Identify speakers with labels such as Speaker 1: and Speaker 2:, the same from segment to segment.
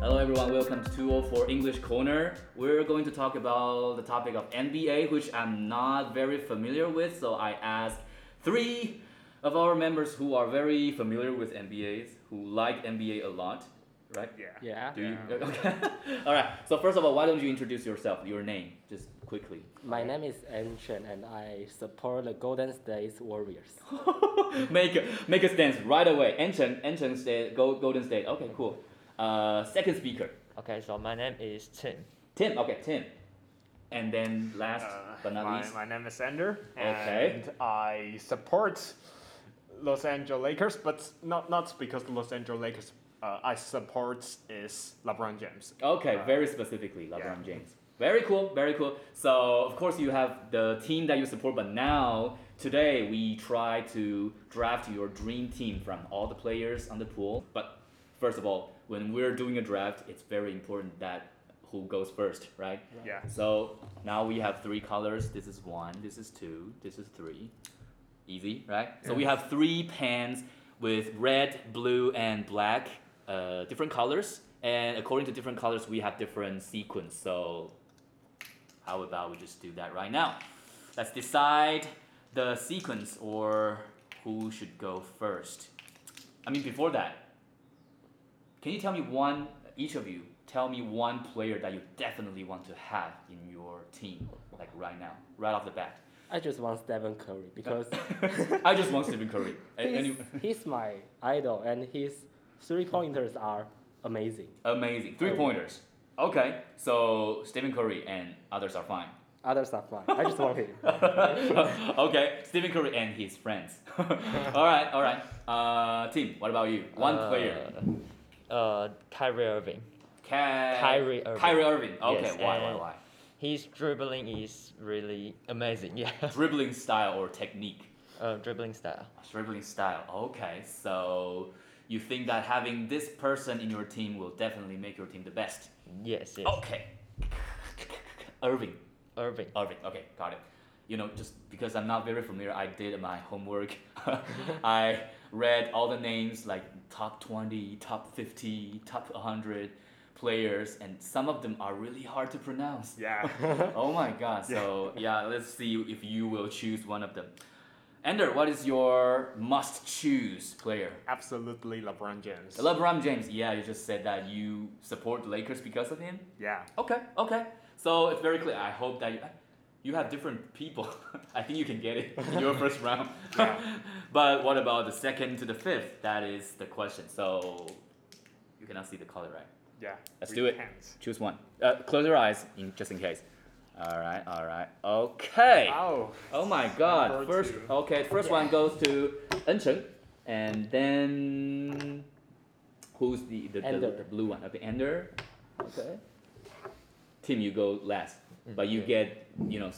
Speaker 1: welcome to 204 English Corner. We're going to talk about the topic of NBA, which I'm not very familiar with, so I asked three of our members who are very familiar with NBAs, who like NBA a lot, right?
Speaker 2: Yeah.
Speaker 3: Yeah.
Speaker 1: Do you? Okay. all right. So first of all, why don't you introduce yourself, your name, just quickly.
Speaker 3: My name is Ancient and I support the Golden State Warriors.
Speaker 1: make a- make a stance right away. Ancient ancient state, Go- Golden State. Okay, cool. Uh, second speaker,
Speaker 4: Okay, so my name is Tim.
Speaker 1: Tim. Okay, Tim. And then last
Speaker 2: Uh,
Speaker 1: but not
Speaker 2: my,
Speaker 1: least,
Speaker 2: my name is Ender,
Speaker 1: Okay.
Speaker 2: and I support Los Angeles Lakers, but not not because Los Angeles Lakers. Uh, I support is LeBron James.
Speaker 1: okay,
Speaker 2: uh,
Speaker 1: very specifically, LeBron James. Very cool, very cool. So of course you have the team that you support, but now today we try to draft your dream team from all the players on the pool. But first of all, when we're doing a draft, it's very important that who goes first, right?
Speaker 2: Yeah.
Speaker 1: So now we have three colors. This is one, this is two, this is three. Easy, right? So we have three pans with red, blue, and black, uh, different colors. And according to different colors, we have different sequence. So how about we just do that right now? Let's decide the sequence or who should go first. I mean, before that, can you tell me one, each of you, tell me one player that you definitely want to have in your team, like right now, right off the bat?
Speaker 3: I just want Stephen Curry because
Speaker 1: I just want Stephen Curry. A-
Speaker 3: he's,
Speaker 1: any-
Speaker 3: he's my idol and his three pointers are amazing.
Speaker 1: amazing.
Speaker 3: Oh.
Speaker 1: Three pointers. Okay, so Stephen Curry and others are fine.
Speaker 3: Others are fine. I just want him.
Speaker 1: okay, Stephen Curry and his friends. all right, all right. Uh, team, what about you? One
Speaker 4: Uh,
Speaker 1: player.
Speaker 4: Uh, Kyrie Irving.
Speaker 1: Ky-
Speaker 4: Kyrie Irving.
Speaker 1: Kyrie Irving. Okay,
Speaker 4: Yes,
Speaker 1: why, why,
Speaker 4: and-
Speaker 1: why?
Speaker 4: His dribbling is really amazing. Yeah.
Speaker 1: Dribbling style or technique?
Speaker 4: uh, dribbling style.
Speaker 1: Dribbling style. Okay, so you think that having this person in your team will definitely make your team the best?
Speaker 4: Yes. Yes.
Speaker 1: Okay. Irving.
Speaker 4: Irving.
Speaker 1: Irving. Okay, got it. You know, just because I'm not very familiar, I did my homework. I read all the names like top 20, top 50, top 100 players, and some of them are really hard to pronounce.
Speaker 2: Yeah.
Speaker 1: oh my god. So, yeah, let's see if you will choose one of them. Ender, what is your must choose player?
Speaker 2: Absolutely LeBron James.
Speaker 1: LeBron James. Yeah, you just said that you support Lakers because of him.
Speaker 2: yeah.
Speaker 1: Okay, okay. So it's very clear. I hope that you, you have different people. I think you can get it in your first round.
Speaker 2: Yeah.
Speaker 1: but what about the second to the fifth? That is the question. So you cannot see the color, right?
Speaker 2: Yeah.
Speaker 1: Let's
Speaker 2: with
Speaker 1: do it.
Speaker 2: hands.
Speaker 1: Choose one. Uh, close your eyes in, just in case. All right, all right. Okay.
Speaker 2: Oh.
Speaker 1: Oh my god.
Speaker 2: Number
Speaker 1: First,
Speaker 2: two.
Speaker 1: okay, first one goes to Encheng. And then who's the the, the,
Speaker 3: Ender.
Speaker 1: the blue one? Okay, Ender. Okay. Tim, you go last. But you get, you know,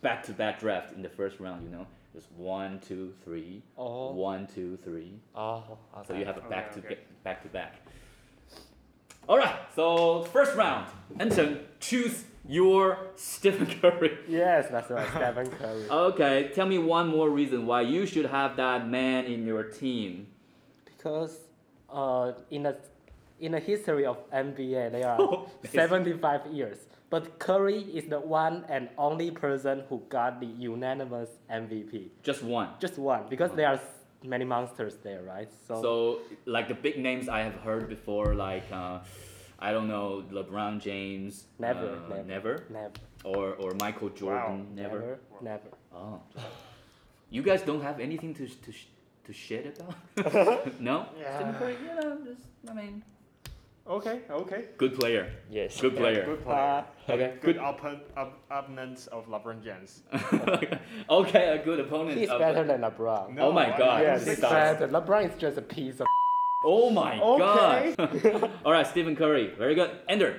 Speaker 1: back to back draft in the first round, you know. Just one, two, three.
Speaker 4: Oh.
Speaker 1: One, two, three.
Speaker 4: Oh.
Speaker 1: So you have a
Speaker 2: Okay,
Speaker 1: back to
Speaker 2: okay.
Speaker 1: ba- back to back. All right. So first round, Anton, choose your Stephen Curry.
Speaker 3: Yes, that's right, Stephen Curry.
Speaker 1: Okay, tell me one more reason why you should have that man in your team.
Speaker 3: Because uh, in the in the history of NBA, there are 75 years. But Curry is the one and only person who got the unanimous MVP.
Speaker 1: Just one.
Speaker 3: Just one, because there are s- many monsters there, right? So,
Speaker 1: So like the big names I have heard before, like uh, I don't know LeBron James.
Speaker 3: Never,
Speaker 1: uh,
Speaker 3: never.
Speaker 1: never.
Speaker 3: never,
Speaker 1: Or or Michael Jordan.
Speaker 3: never,
Speaker 1: never.
Speaker 3: never, never.
Speaker 1: Oh. You guys don't have anything to sh- to sh- to shit about? no. Stephen
Speaker 2: Yeah.
Speaker 1: Curry, you know, just I mean.
Speaker 2: Okay. Okay.
Speaker 1: Good player.
Speaker 4: Yes.
Speaker 1: Good player.
Speaker 2: Good player.
Speaker 1: Uh, Okay.
Speaker 2: good opponent op- opponents of LeBron James.
Speaker 1: okay, a good opponent.
Speaker 3: He's
Speaker 1: of-
Speaker 3: better than LeBron.
Speaker 2: No,
Speaker 1: Oh my
Speaker 2: I-
Speaker 1: God,
Speaker 3: yes,
Speaker 1: this
Speaker 3: he's
Speaker 1: sucks.
Speaker 3: better. LeBron is just a piece of.
Speaker 1: Oh my
Speaker 2: Okay.
Speaker 1: god. All right, Stephen Curry. Very good. Ender.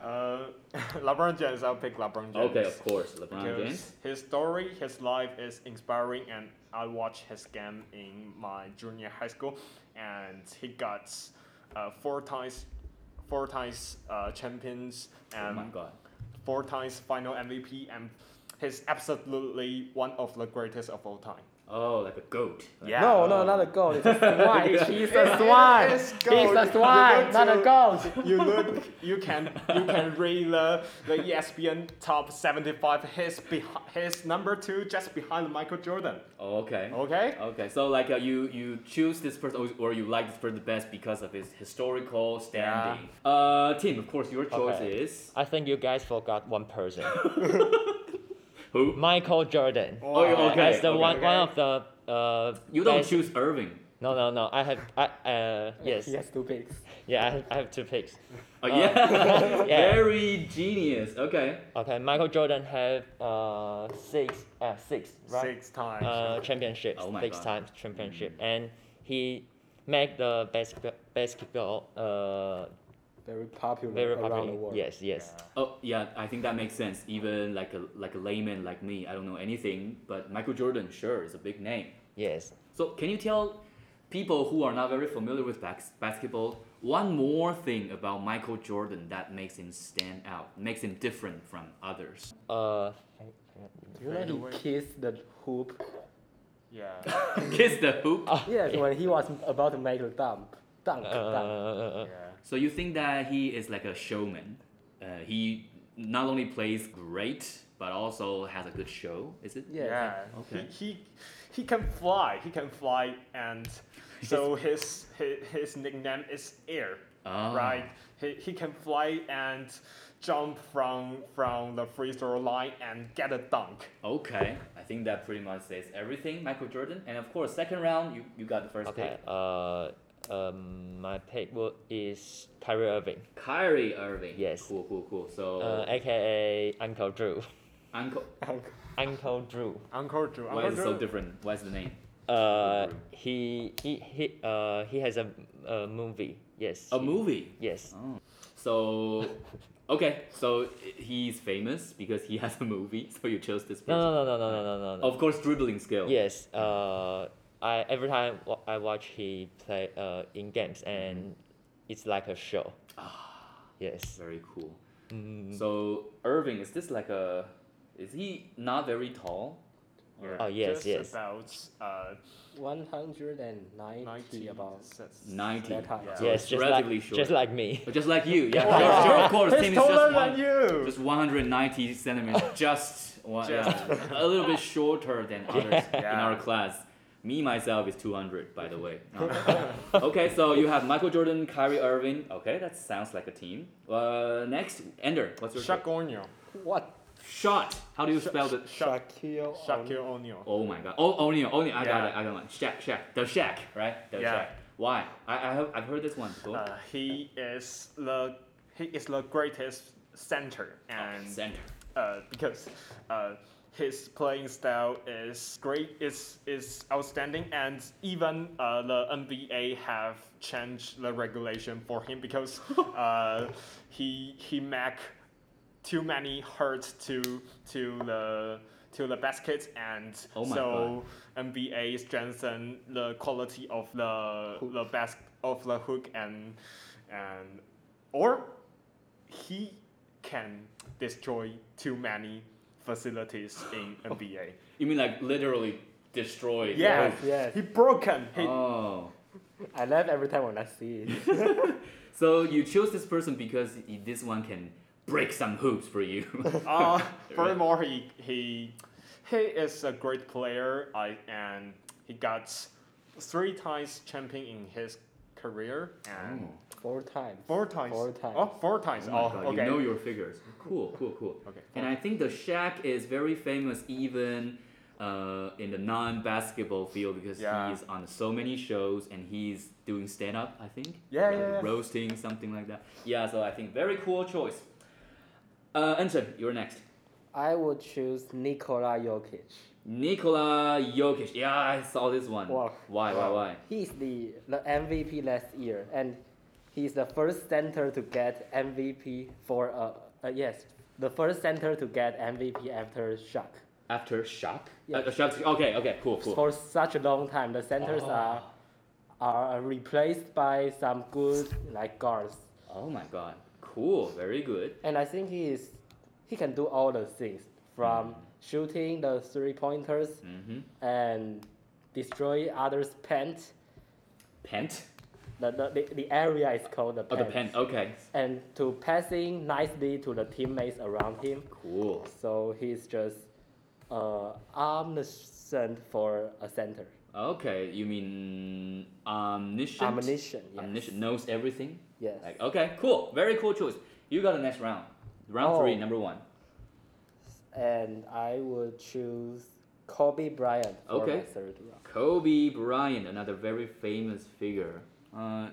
Speaker 2: Uh, LeBron James. I'll pick LeBron James.
Speaker 1: Okay, of course. LeBron
Speaker 2: Because
Speaker 1: James.
Speaker 2: his story, his life is inspiring, and I watched his game in my junior high school, and he got uh, four times, four times uh, champions,
Speaker 1: Oh
Speaker 2: and
Speaker 1: my god.
Speaker 2: four times final MVP, and he's absolutely one of the greatest of all time.
Speaker 1: Oh, like a goat. Like-
Speaker 2: Yeah.
Speaker 3: No, no, not a goat. It's a swine. She's a swine.
Speaker 2: It is
Speaker 3: He's
Speaker 2: goat.
Speaker 3: a swine,
Speaker 2: You
Speaker 3: not a
Speaker 2: look
Speaker 3: goat.
Speaker 2: You look, you can, you can read the, the E ESPN top 75. His, behi- his number two, just behind Michael Jordan.
Speaker 1: Oh, okay.
Speaker 2: Okay.
Speaker 1: Okay, so like uh, you you choose this person or- or you like this person the best because of his historical standing. Uh, Tim, of course, your choice
Speaker 4: Okay.
Speaker 1: is
Speaker 4: I think you guys forgot one person.
Speaker 1: who?
Speaker 4: Michael Jordan.
Speaker 1: Oh,
Speaker 2: Wow.
Speaker 1: okay.
Speaker 4: As the one,
Speaker 2: okay.
Speaker 4: one of the uh,
Speaker 1: You don't
Speaker 4: best-
Speaker 1: choose Irving.
Speaker 4: No, no, no. I have I uh yes
Speaker 3: He has two pigs.
Speaker 4: yeah. I have, I have two picks.
Speaker 1: Oh, yeah.
Speaker 4: yeah.
Speaker 1: very genius. Okay.
Speaker 4: Okay, Michael Jordan have uh six uh six right
Speaker 2: Six times.
Speaker 4: uh championships
Speaker 1: Oh my
Speaker 4: six
Speaker 1: God. Mm.
Speaker 4: times championship and he make the basketball basketball uh
Speaker 3: Very popular
Speaker 4: very
Speaker 3: around
Speaker 4: popular.
Speaker 3: the world.
Speaker 4: Yes, yes.
Speaker 1: Oh yeah, I think that makes sense. Even like a like a layman like me, I don't know anything, but Michael Jordan sure is a big name.
Speaker 4: Yes.
Speaker 1: So can you tell people who are not very familiar with bas- basketball one more thing about Michael Jordan that makes him stand out, makes him different from others?
Speaker 4: Uh
Speaker 3: You know
Speaker 2: Fade
Speaker 3: he
Speaker 2: away.
Speaker 3: kissed the hoop.
Speaker 2: Yeah.
Speaker 1: Uh, Kiss the hoop.
Speaker 3: Yes, when he was about to make the dump. Dunk, dunk.
Speaker 4: uh,
Speaker 1: So you think that he is like a showman? Uh, he not only plays great, but also has a good show. Is it?
Speaker 3: Yes.
Speaker 2: Yeah.
Speaker 1: Okay.
Speaker 2: He, he he can fly. He can fly, and so his his, his nickname is Air.
Speaker 1: Ah.
Speaker 2: Right. He, he can fly and jump from from the free throw line and get a dunk.
Speaker 1: Okay. I think that pretty much says everything. Michael Jordan, and of course, second round, you, you got the first
Speaker 4: okay. Uh um my pick will is Kyrie Irving.
Speaker 1: pick. Kyrie Irving.
Speaker 4: Yes.
Speaker 1: Cool, cool, cool. So
Speaker 4: Uh, aka Uncle Drew.
Speaker 1: Uncle,
Speaker 4: Uncle Drew.
Speaker 2: Uncle Drew.
Speaker 1: why is it so
Speaker 2: Uncle Drew.
Speaker 1: different? What's the name?
Speaker 4: Uh,
Speaker 1: Drew.
Speaker 4: he he he uh he has a, a movie. Yes.
Speaker 1: A
Speaker 4: he-
Speaker 1: movie.
Speaker 4: Yes.
Speaker 1: Oh. So, okay. So he's famous because he has a movie. So you chose this
Speaker 4: No
Speaker 1: person.
Speaker 2: Oh.
Speaker 4: no no no no no no no.
Speaker 1: Of course, dribbling skill.
Speaker 4: Yes. Uh, I every time wa- I watch he play uh in games and it's like a show.
Speaker 1: Ah.
Speaker 4: Yes.
Speaker 1: Very cool.
Speaker 4: Mm.
Speaker 1: So Irving, is this like a? Is he not very tall? Or
Speaker 4: Oh yes
Speaker 2: Just
Speaker 4: yes.
Speaker 2: About uh,
Speaker 3: 190
Speaker 2: ninety
Speaker 3: about.
Speaker 1: ninety.
Speaker 3: That high.
Speaker 1: So
Speaker 4: yes.
Speaker 1: it's
Speaker 4: Just
Speaker 1: relatively
Speaker 4: like
Speaker 1: short.
Speaker 4: just like me.
Speaker 1: Oh, just like you. Yeah.
Speaker 2: Wow.
Speaker 1: sure, sure, of course.
Speaker 2: He's
Speaker 1: Tim is
Speaker 2: taller
Speaker 1: just
Speaker 2: than
Speaker 1: one,
Speaker 2: you.
Speaker 1: just 190 centimeters. Just one.
Speaker 2: Just.
Speaker 1: Yeah, a little bit shorter than others in
Speaker 2: Yeah.
Speaker 1: our class. Me myself is 200, by the way. okay, so you have Michael Jordan, Kyrie Irving. Okay, that sounds like a team. Uh, next, Ender. What's your
Speaker 2: Shaquille O'Neal.
Speaker 3: What?
Speaker 1: shot? How do you spell the
Speaker 2: Sha-
Speaker 3: Shaquille. O'Neal.
Speaker 2: Shaquille O'Neal.
Speaker 1: Oh my god. Oh, O'Neal, O'Neal. I got
Speaker 2: Yeah.
Speaker 1: it. I got one. Shaq, Shaq. The Shaq, right? The
Speaker 2: Yeah.
Speaker 1: Shaq. Why? I, I have, I've heard this one. Go.
Speaker 2: Uh, he is the he is the greatest center and
Speaker 1: Center.
Speaker 2: uh, because uh, his playing style is great is is outstanding and even uh, the NBA have changed the regulation for him because uh, he he make too many hurts to to the to the baskets and
Speaker 1: Oh my
Speaker 2: so NBA strengthen the quality of the the bas- of the hook and and or he can destroy too many facilities in
Speaker 1: Oh.
Speaker 2: NBA.
Speaker 1: You mean like literally destroy? the
Speaker 2: Yeah,
Speaker 1: whole-
Speaker 3: yes.
Speaker 2: he broken. He,
Speaker 1: Oh.
Speaker 3: I laugh every time when I see it.
Speaker 1: So you chose this person because i- this one can break some hoops for you.
Speaker 2: uh, furthermore, he he he is a great player. I and he got three times champion in his career and
Speaker 1: Oh.
Speaker 3: Four times.
Speaker 2: four times.
Speaker 3: Four times.
Speaker 2: Oh, four times.
Speaker 1: Oh my
Speaker 2: Oh,
Speaker 1: God,
Speaker 2: okay.
Speaker 1: You know your figures. Cool, cool, cool.
Speaker 2: Okay.
Speaker 1: And I think the Shaq is very famous even uh, in the non-basketball field because
Speaker 2: Yeah.
Speaker 1: he is on so many shows and he's doing stand-up. I think.
Speaker 2: Yeah,
Speaker 1: Like
Speaker 2: yeah, yeah.
Speaker 1: Roasting something like that. Yeah. So I think very cool choice. Uh, Anton, you're next.
Speaker 3: I would choose Nikola Jokic.
Speaker 1: Nikola Jokic. Yeah, I saw this one.
Speaker 3: Wow.
Speaker 1: Why? Why?
Speaker 2: Wow.
Speaker 1: Why?
Speaker 3: He's the, the MVP last year, and he's the first center to get MVP for a uh, yes, the first center to get MVP after Shaq.
Speaker 1: After Shaq.
Speaker 3: Yeah.
Speaker 1: Uh, Shaq. Okay. Okay. Cool. Cool.
Speaker 3: For such a long time, the centers
Speaker 2: Ah.
Speaker 3: are are replaced by some good like guards,
Speaker 1: oh my God. Cool. Very good.
Speaker 3: and I think he is he can do all the things from shooting the three pointers
Speaker 1: Mm-hmm.
Speaker 3: and destroy others' pants.
Speaker 1: Pent?
Speaker 3: The, the, the, the area is called the
Speaker 1: Oh,
Speaker 3: pant.
Speaker 1: the pent. Okay.
Speaker 3: And to passing nicely to the teammates around him.
Speaker 1: Cool.
Speaker 3: So he's just uh, omniscient for a center.
Speaker 1: Okay, you mean omniscient?
Speaker 3: Omniscient. Yes.
Speaker 1: Omniscient knows everything.
Speaker 3: Yes.
Speaker 1: Like, oh. okay, cool. Very cool choice. You got the next round. Round
Speaker 3: Oh.
Speaker 1: three, number one.
Speaker 3: and I would choose Kobe Bryant for
Speaker 1: Okay.
Speaker 3: my third round.
Speaker 1: Kobe Bryant, another very famous figure. Uh,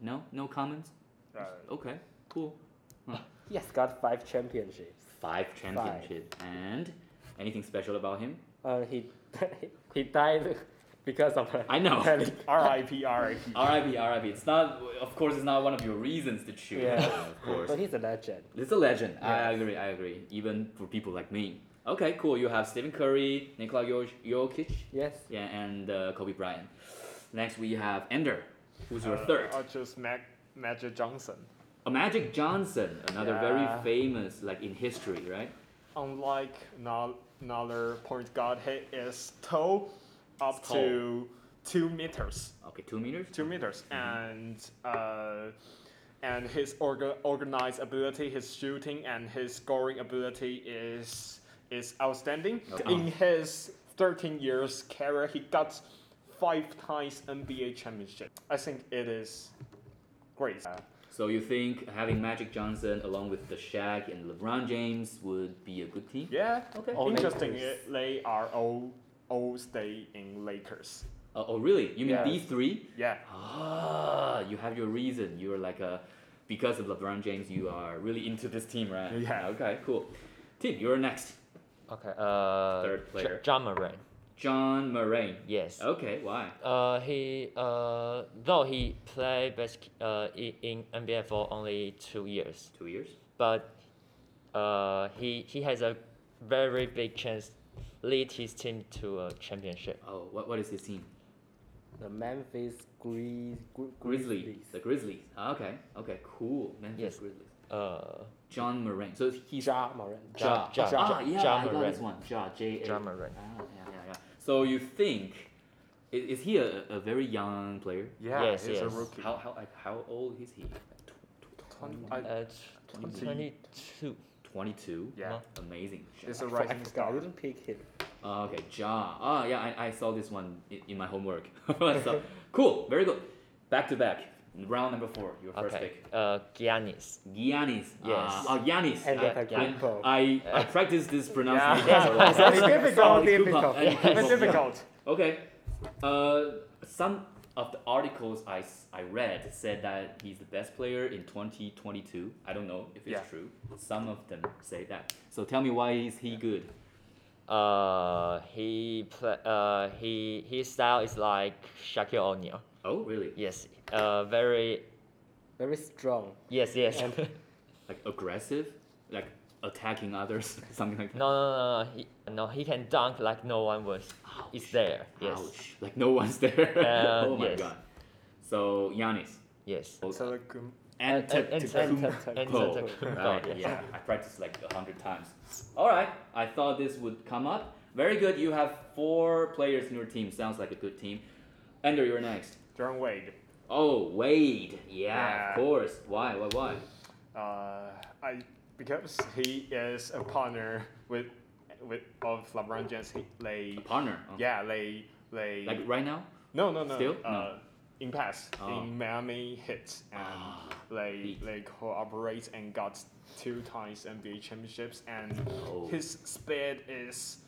Speaker 1: no, no comments.
Speaker 2: Uh,
Speaker 1: Okay, cool.
Speaker 3: He has got five championships.
Speaker 1: Five championship and anything special about him?
Speaker 3: Uh, he he died because of a
Speaker 1: I know.
Speaker 3: panic.
Speaker 2: R.I.P. R.I.P.
Speaker 1: R.I.P. R.I.P. It's not, of course, it's not one of your reasons to choose.
Speaker 3: Yeah.
Speaker 1: Of course.
Speaker 3: But he's a legend.
Speaker 1: It's a legend. I
Speaker 3: Yes.
Speaker 1: agree. I agree. Even for people like me. Okay, cool. You have Stephen Curry, Nikola Jok- Jokic,
Speaker 3: Yes.
Speaker 1: yeah, and uh, Kobe Bryant. Next, we have Ender, who's your
Speaker 2: Uh,
Speaker 1: third.
Speaker 2: I'll choose Mag- Magic Johnson.
Speaker 1: Uh, Magic Johnson, another very
Speaker 2: Yeah.
Speaker 1: famous, like in history, right?
Speaker 2: Unlike no- another point guard, he is tall up
Speaker 1: Tall.
Speaker 2: to two meters.
Speaker 1: Okay, two meters.
Speaker 2: two meters
Speaker 1: Mm-hmm.
Speaker 2: and uh, and his orga- organized ability his shooting and his scoring ability is is outstanding
Speaker 1: Okay.
Speaker 2: in his 13 years career he got five times nba championship i think it is great Uh,
Speaker 1: So you think having Magic Johnson along with the Shaq and LeBron James would be a good team?
Speaker 2: yeah
Speaker 1: Okay.
Speaker 3: Oh,
Speaker 2: interesting
Speaker 3: Lakers.
Speaker 2: uh, they are all all stay in lakers
Speaker 1: Oh, oh, really? You mean
Speaker 2: Yeah.
Speaker 1: these three?
Speaker 2: yeah
Speaker 1: Ah, you have your reason. You're like a because of LeBron James, you are really into this team, right?
Speaker 2: Yeah.
Speaker 1: Okay, cool. Tim, you're next.
Speaker 4: Okay. Uh,
Speaker 1: Third player. Oh.
Speaker 4: John Moran.
Speaker 1: John Moraine.
Speaker 4: Yes.
Speaker 1: Okay, why?
Speaker 4: Uh, he uh, though he played bas- uh, i- in NBA for only two years,
Speaker 1: Two years.
Speaker 4: but uh, he he has a very big chance lead his team to a championship.
Speaker 1: Oh, what, what is his team?
Speaker 3: The Memphis Grizz Gri-
Speaker 1: Grizzlies.
Speaker 3: Grizzlies.
Speaker 1: The Grizzlies. Ah, okay, okay, cool. Memphis
Speaker 4: Yes.
Speaker 1: Grizzlies.
Speaker 4: Uh,
Speaker 1: John Moraine. So he's
Speaker 3: Ja Morant.
Speaker 1: Ja.
Speaker 4: Ja- Ja-
Speaker 1: ah, yeah,
Speaker 4: Ja
Speaker 1: I got this
Speaker 4: Morant.
Speaker 1: one. Ja, J A.
Speaker 4: Ja Morant.
Speaker 1: Ah, yeah, yeah, yeah. So you think, is, is he a, a very young player?
Speaker 2: yeah
Speaker 4: Yes,
Speaker 2: he's a
Speaker 4: yes.
Speaker 2: rookie
Speaker 1: How how like, how old is he? Like
Speaker 2: Twen- I-
Speaker 1: uh,
Speaker 4: at
Speaker 2: Twenty.
Speaker 4: Uh, twenty-two.
Speaker 1: 22?
Speaker 2: yeah
Speaker 1: Amazing. Ja.
Speaker 2: it's a
Speaker 3: For
Speaker 2: rising
Speaker 3: Africa, I
Speaker 2: star
Speaker 3: wouldn't pick him.
Speaker 1: Ah, okay, Ja. Ah, yeah, I, I saw this one in, in my homework. so, cool, very good. Back to back. Round number four, your first
Speaker 4: Okay.
Speaker 1: pick.
Speaker 4: Uh, Giannis.
Speaker 1: Giannis.
Speaker 4: Yes.
Speaker 1: Ah, oh, Giannis.
Speaker 3: And
Speaker 1: Ah,
Speaker 3: the
Speaker 1: I,
Speaker 3: Kumpo.
Speaker 1: I, I
Speaker 4: Uh,
Speaker 1: practiced this pronunciation.
Speaker 2: Yeah.
Speaker 1: for a while.
Speaker 2: It's difficult.
Speaker 3: So difficult.
Speaker 1: Yes.
Speaker 2: It's difficult.
Speaker 1: Okay. Uh, some of the articles I, s- I read said that he's the best player in 2022. I don't know if it's
Speaker 2: Yeah.
Speaker 1: true. Some of them say that. So tell me why is he good?
Speaker 4: Uh, he play, uh, he his style is like Shaquille O'Neal.
Speaker 1: Oh, really?
Speaker 4: Yes. Uh, very.
Speaker 3: Very strong.
Speaker 4: Yes. Yes.
Speaker 3: And-
Speaker 1: Like aggressive? Like attacking others? Something like that?
Speaker 4: No, no, no, no. He, no, he can dunk like no one was. Is there? Yes.
Speaker 1: Ouch. Like no one's there.
Speaker 4: Uh,
Speaker 1: oh my
Speaker 4: yes.
Speaker 1: god. So Giannis.
Speaker 4: Yes.
Speaker 2: Telecom-
Speaker 1: And
Speaker 4: and- and- and-
Speaker 3: and-
Speaker 4: and-
Speaker 1: Cool.
Speaker 4: and-
Speaker 1: Right,
Speaker 4: yes.
Speaker 1: yeah. I practiced like a hundred times. All right, I thought this would come up. Very good. You have four players in your team. Sounds like a good team. Ender, you're next.
Speaker 2: John Wade.
Speaker 1: Oh, Wade. Yeah,
Speaker 2: Yeah.
Speaker 1: of course. Why? Why? Why?
Speaker 2: Uh, I because he is a partner with with of LeBron James. He, they
Speaker 1: A partner. Oh.
Speaker 2: yeah they they
Speaker 1: Like right now?
Speaker 2: no no no
Speaker 1: Still?
Speaker 2: uh,
Speaker 1: No.
Speaker 2: in past
Speaker 1: Oh.
Speaker 2: in Miami hits and
Speaker 1: Ah,
Speaker 2: they
Speaker 1: Heat.
Speaker 2: they cooperate and got two times NBA championships and
Speaker 1: Oh.
Speaker 2: his speed is.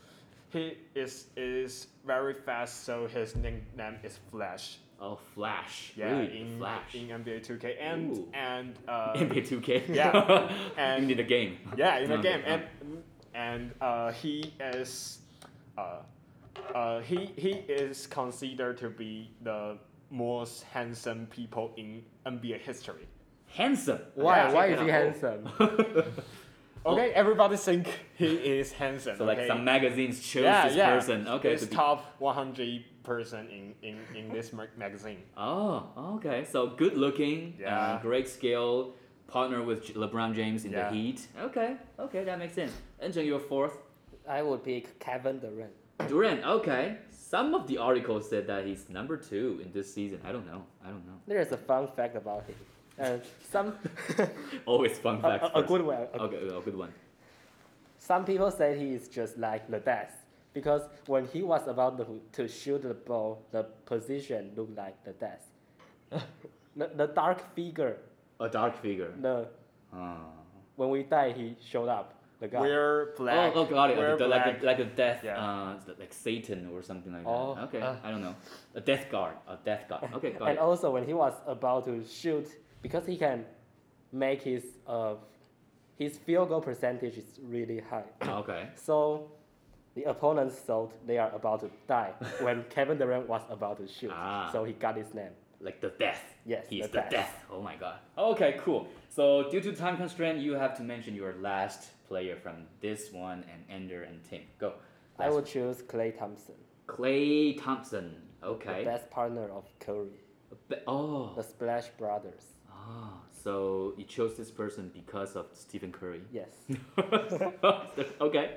Speaker 2: He is is very fast, so his nickname is Flash.
Speaker 1: Oh, Flash.
Speaker 2: Yeah,
Speaker 1: really?
Speaker 2: in
Speaker 1: Flash.
Speaker 2: in NBA 2K and
Speaker 1: Ooh.
Speaker 2: and uh,
Speaker 1: NBA 2K.
Speaker 2: Yeah,
Speaker 1: and
Speaker 2: and-
Speaker 1: in the game.
Speaker 2: Yeah, in the
Speaker 1: Okay,
Speaker 2: game,
Speaker 1: yeah.
Speaker 2: and and uh, he is, uh, uh, he he is considered to be the most handsome people in NBA history.
Speaker 1: handsome.
Speaker 3: Why?
Speaker 2: Yeah.
Speaker 3: why is he
Speaker 1: Yeah.
Speaker 3: handsome?
Speaker 2: Okay, everybody think he is handsome.
Speaker 1: Oh. So like
Speaker 2: okay?
Speaker 1: some magazines chose
Speaker 2: yeah,
Speaker 1: this
Speaker 2: yeah.
Speaker 1: person. Okay.
Speaker 2: it's
Speaker 1: to be-
Speaker 2: top one hundred person in in in this mag- magazine.
Speaker 1: Oh, okay. So good looking, uh,
Speaker 2: Yeah.
Speaker 1: great skill, partner with J- LeBron James in
Speaker 2: Yeah.
Speaker 1: the Heat. Okay, okay, that makes sense. Encheng, your fourth.
Speaker 3: I would pick Kevin Durant.
Speaker 1: Durant, okay. Some of the articles said that he's number two in this season. I don't know. I don't know.
Speaker 3: There is a fun fact about him. Uh, some
Speaker 1: Always fun
Speaker 3: a,
Speaker 1: facts.
Speaker 3: a- a
Speaker 1: first.
Speaker 3: good one. a-
Speaker 1: Okay, a good one.
Speaker 3: Some people say he is just like the death because when he was about to, to shoot the ball, the position looked like the death. the, the dark figure,
Speaker 1: A dark figure.
Speaker 3: the
Speaker 1: Oh.
Speaker 3: when we die, he showed up. The guy.
Speaker 2: We're
Speaker 1: Oh,
Speaker 2: black.
Speaker 1: oh, got it.
Speaker 2: We're
Speaker 1: Okay, the-
Speaker 2: black.
Speaker 1: like, a, like a death,
Speaker 2: Yeah.
Speaker 1: uh, it's like Satan or something like that.
Speaker 3: Oh,
Speaker 1: okay,
Speaker 4: uh.
Speaker 1: I don't know. A death guard. A death guard. Okay, got
Speaker 3: and
Speaker 1: it.
Speaker 3: also when he was about to shoot, because he can make his uh, his field goal percentage is really high.
Speaker 1: Okay.
Speaker 3: So the opponents thought they are about to die when Kevin Durant was about to shoot.
Speaker 1: Ah.
Speaker 3: So he got his name.
Speaker 1: Like the death.
Speaker 3: Yes,
Speaker 1: He's
Speaker 3: the
Speaker 1: the death.
Speaker 3: death.
Speaker 1: Oh my god. Okay, cool. So due to time constraint, you have to mention your last player from this one and Ender and Tim. Go.
Speaker 3: I
Speaker 1: Last
Speaker 3: would choose Clay Thompson,
Speaker 1: Clay Thompson.
Speaker 3: the
Speaker 1: Okay.
Speaker 3: best partner of Curry,
Speaker 1: Be- oh.
Speaker 3: the Splash Brothers.
Speaker 1: Ah, So you chose this person because of Stephen Curry.
Speaker 3: Yes.
Speaker 1: okay,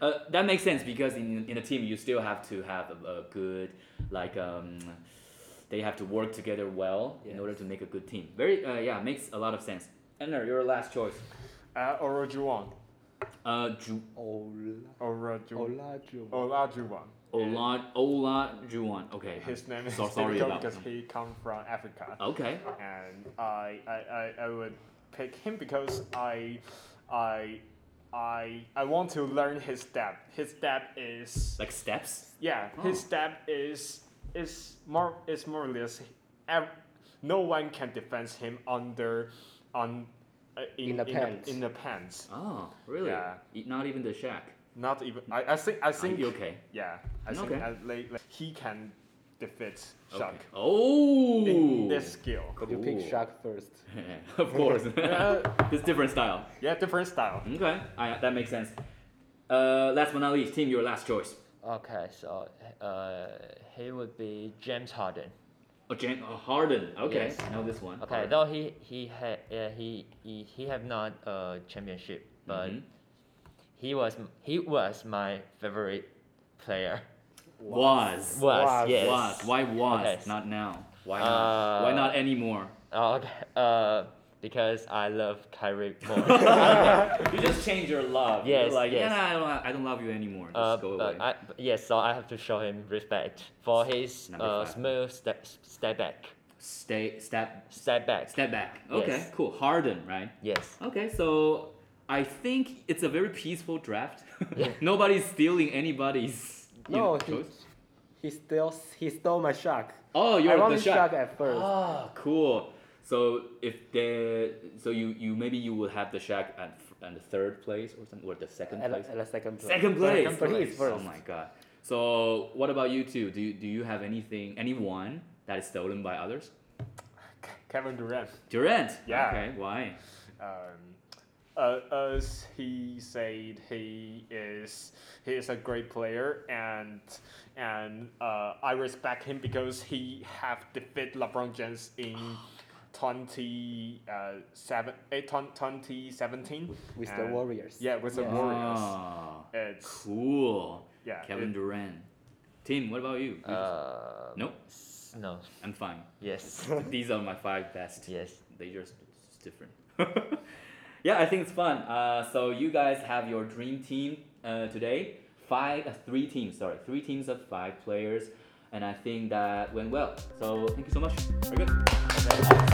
Speaker 1: uh, that makes sense because in, in a team you still have to have a, a good like um, they have to work together well in
Speaker 3: Yes.
Speaker 1: order to make a good team. Very uh, yeah, makes a lot of sense. Enner, your last choice.
Speaker 2: Uh, Olajuwon.
Speaker 1: Uh, Ju-
Speaker 3: Ola,
Speaker 2: Olajuwon.
Speaker 3: Olajuwon.
Speaker 2: Olajuwon.
Speaker 1: Ola Ola Juwan. Okay.
Speaker 2: His name is
Speaker 1: So sorry
Speaker 2: difficult
Speaker 1: about
Speaker 2: because
Speaker 1: him.
Speaker 2: he come from Africa.
Speaker 1: Okay.
Speaker 2: and I, I, I, I would pick him because I, I, I, I want to learn his step. His step is
Speaker 1: Like steps.
Speaker 2: yeah.
Speaker 1: Oh.
Speaker 2: His step is is more is more or less. ev- No one can defend him under, on, uh, in,
Speaker 3: In the pants.
Speaker 2: In, the pants.
Speaker 1: Oh, really?
Speaker 2: Yeah.
Speaker 1: E- Not even the shack.
Speaker 2: Not even. I, I think. I think.
Speaker 1: okay.
Speaker 2: Yeah. I think
Speaker 1: Okay.
Speaker 2: uh, like, like, he can defeat Shaq
Speaker 1: Okay. Oh.
Speaker 2: in this skill.
Speaker 3: You pick
Speaker 1: Cool.
Speaker 3: Shaq first.
Speaker 1: of course.
Speaker 2: Yeah.
Speaker 1: it's different style.
Speaker 2: Yeah, different style.
Speaker 1: Okay, I, that makes sense. Uh, last but not least, team, your last choice.
Speaker 4: Okay, so uh, he would be James Harden.
Speaker 1: Oh, Jan- oh, Harden. Okay,
Speaker 4: Yes.
Speaker 1: I know this one.
Speaker 4: Okay,
Speaker 1: Harden.
Speaker 4: though he he had uh, he, he he have not uh championship, but
Speaker 1: Mhm.
Speaker 4: he was he was my favorite player.
Speaker 1: was.
Speaker 4: Was,
Speaker 3: Was.
Speaker 4: yes.
Speaker 1: Was. Why was?
Speaker 4: Okay.
Speaker 1: Not now. Why not?
Speaker 4: Uh,
Speaker 1: Why not anymore?
Speaker 4: Oh, okay, uh, because I love Kyrie more.
Speaker 1: You just change your love.
Speaker 4: Yes,
Speaker 1: You're like,
Speaker 4: yes.
Speaker 1: yeah, I don't, I don't love you anymore. Just
Speaker 4: uh,
Speaker 1: go away.
Speaker 4: but I, but yes, so I have to show him respect for his
Speaker 1: Number
Speaker 4: uh,
Speaker 1: five.
Speaker 4: smooth step step back,
Speaker 1: Stay, step,
Speaker 4: step back.
Speaker 1: step back.
Speaker 4: Yes.
Speaker 1: Okay, cool. Harden, right?
Speaker 4: Yes.
Speaker 1: Okay, so I think it's a very peaceful draft.
Speaker 4: Yeah.
Speaker 1: Nobody's stealing anybody's. you
Speaker 3: No,
Speaker 1: know,
Speaker 3: he,
Speaker 1: choice.
Speaker 3: he still he stole my Shaq.
Speaker 1: Oh, you're
Speaker 3: I wanted
Speaker 1: the shot.
Speaker 3: Shaq at first.
Speaker 1: Ah, cool. So if the so you you maybe you will have the shack at f- at the third place or something or the second
Speaker 3: at,
Speaker 1: place.
Speaker 3: at the second place.
Speaker 1: Second place.
Speaker 3: But he is first.
Speaker 1: Oh my god. So what about you two? Do you, do you have anything anyone that is stolen by others?
Speaker 2: Kevin Durant.
Speaker 1: Durant.
Speaker 2: Yeah.
Speaker 1: Okay. Why?
Speaker 2: um, uh, as he said, he is he is a great player, and and uh, I respect him because he have defeat LeBron James in. 20, uh, seven, eh, 20 2017
Speaker 3: With the
Speaker 2: and-
Speaker 3: Warriors.
Speaker 2: yeah with the
Speaker 3: Yeah.
Speaker 2: Warriors
Speaker 1: Ah,
Speaker 2: it's
Speaker 1: cool.
Speaker 2: yeah
Speaker 1: Kevin
Speaker 2: it-
Speaker 1: Durant. Tim, what about you? You just-
Speaker 4: Uh,
Speaker 1: no,
Speaker 4: s- no.
Speaker 1: I'm fine.
Speaker 4: Yes.
Speaker 1: These are my five best.
Speaker 4: yes.
Speaker 1: they just it's different. yeah, I think it's fun. Uh, so you guys have your dream team uh, today. Five, uh, three teams. Sorry, three teams of five players, and I think that went well. So thank you so much. Very good.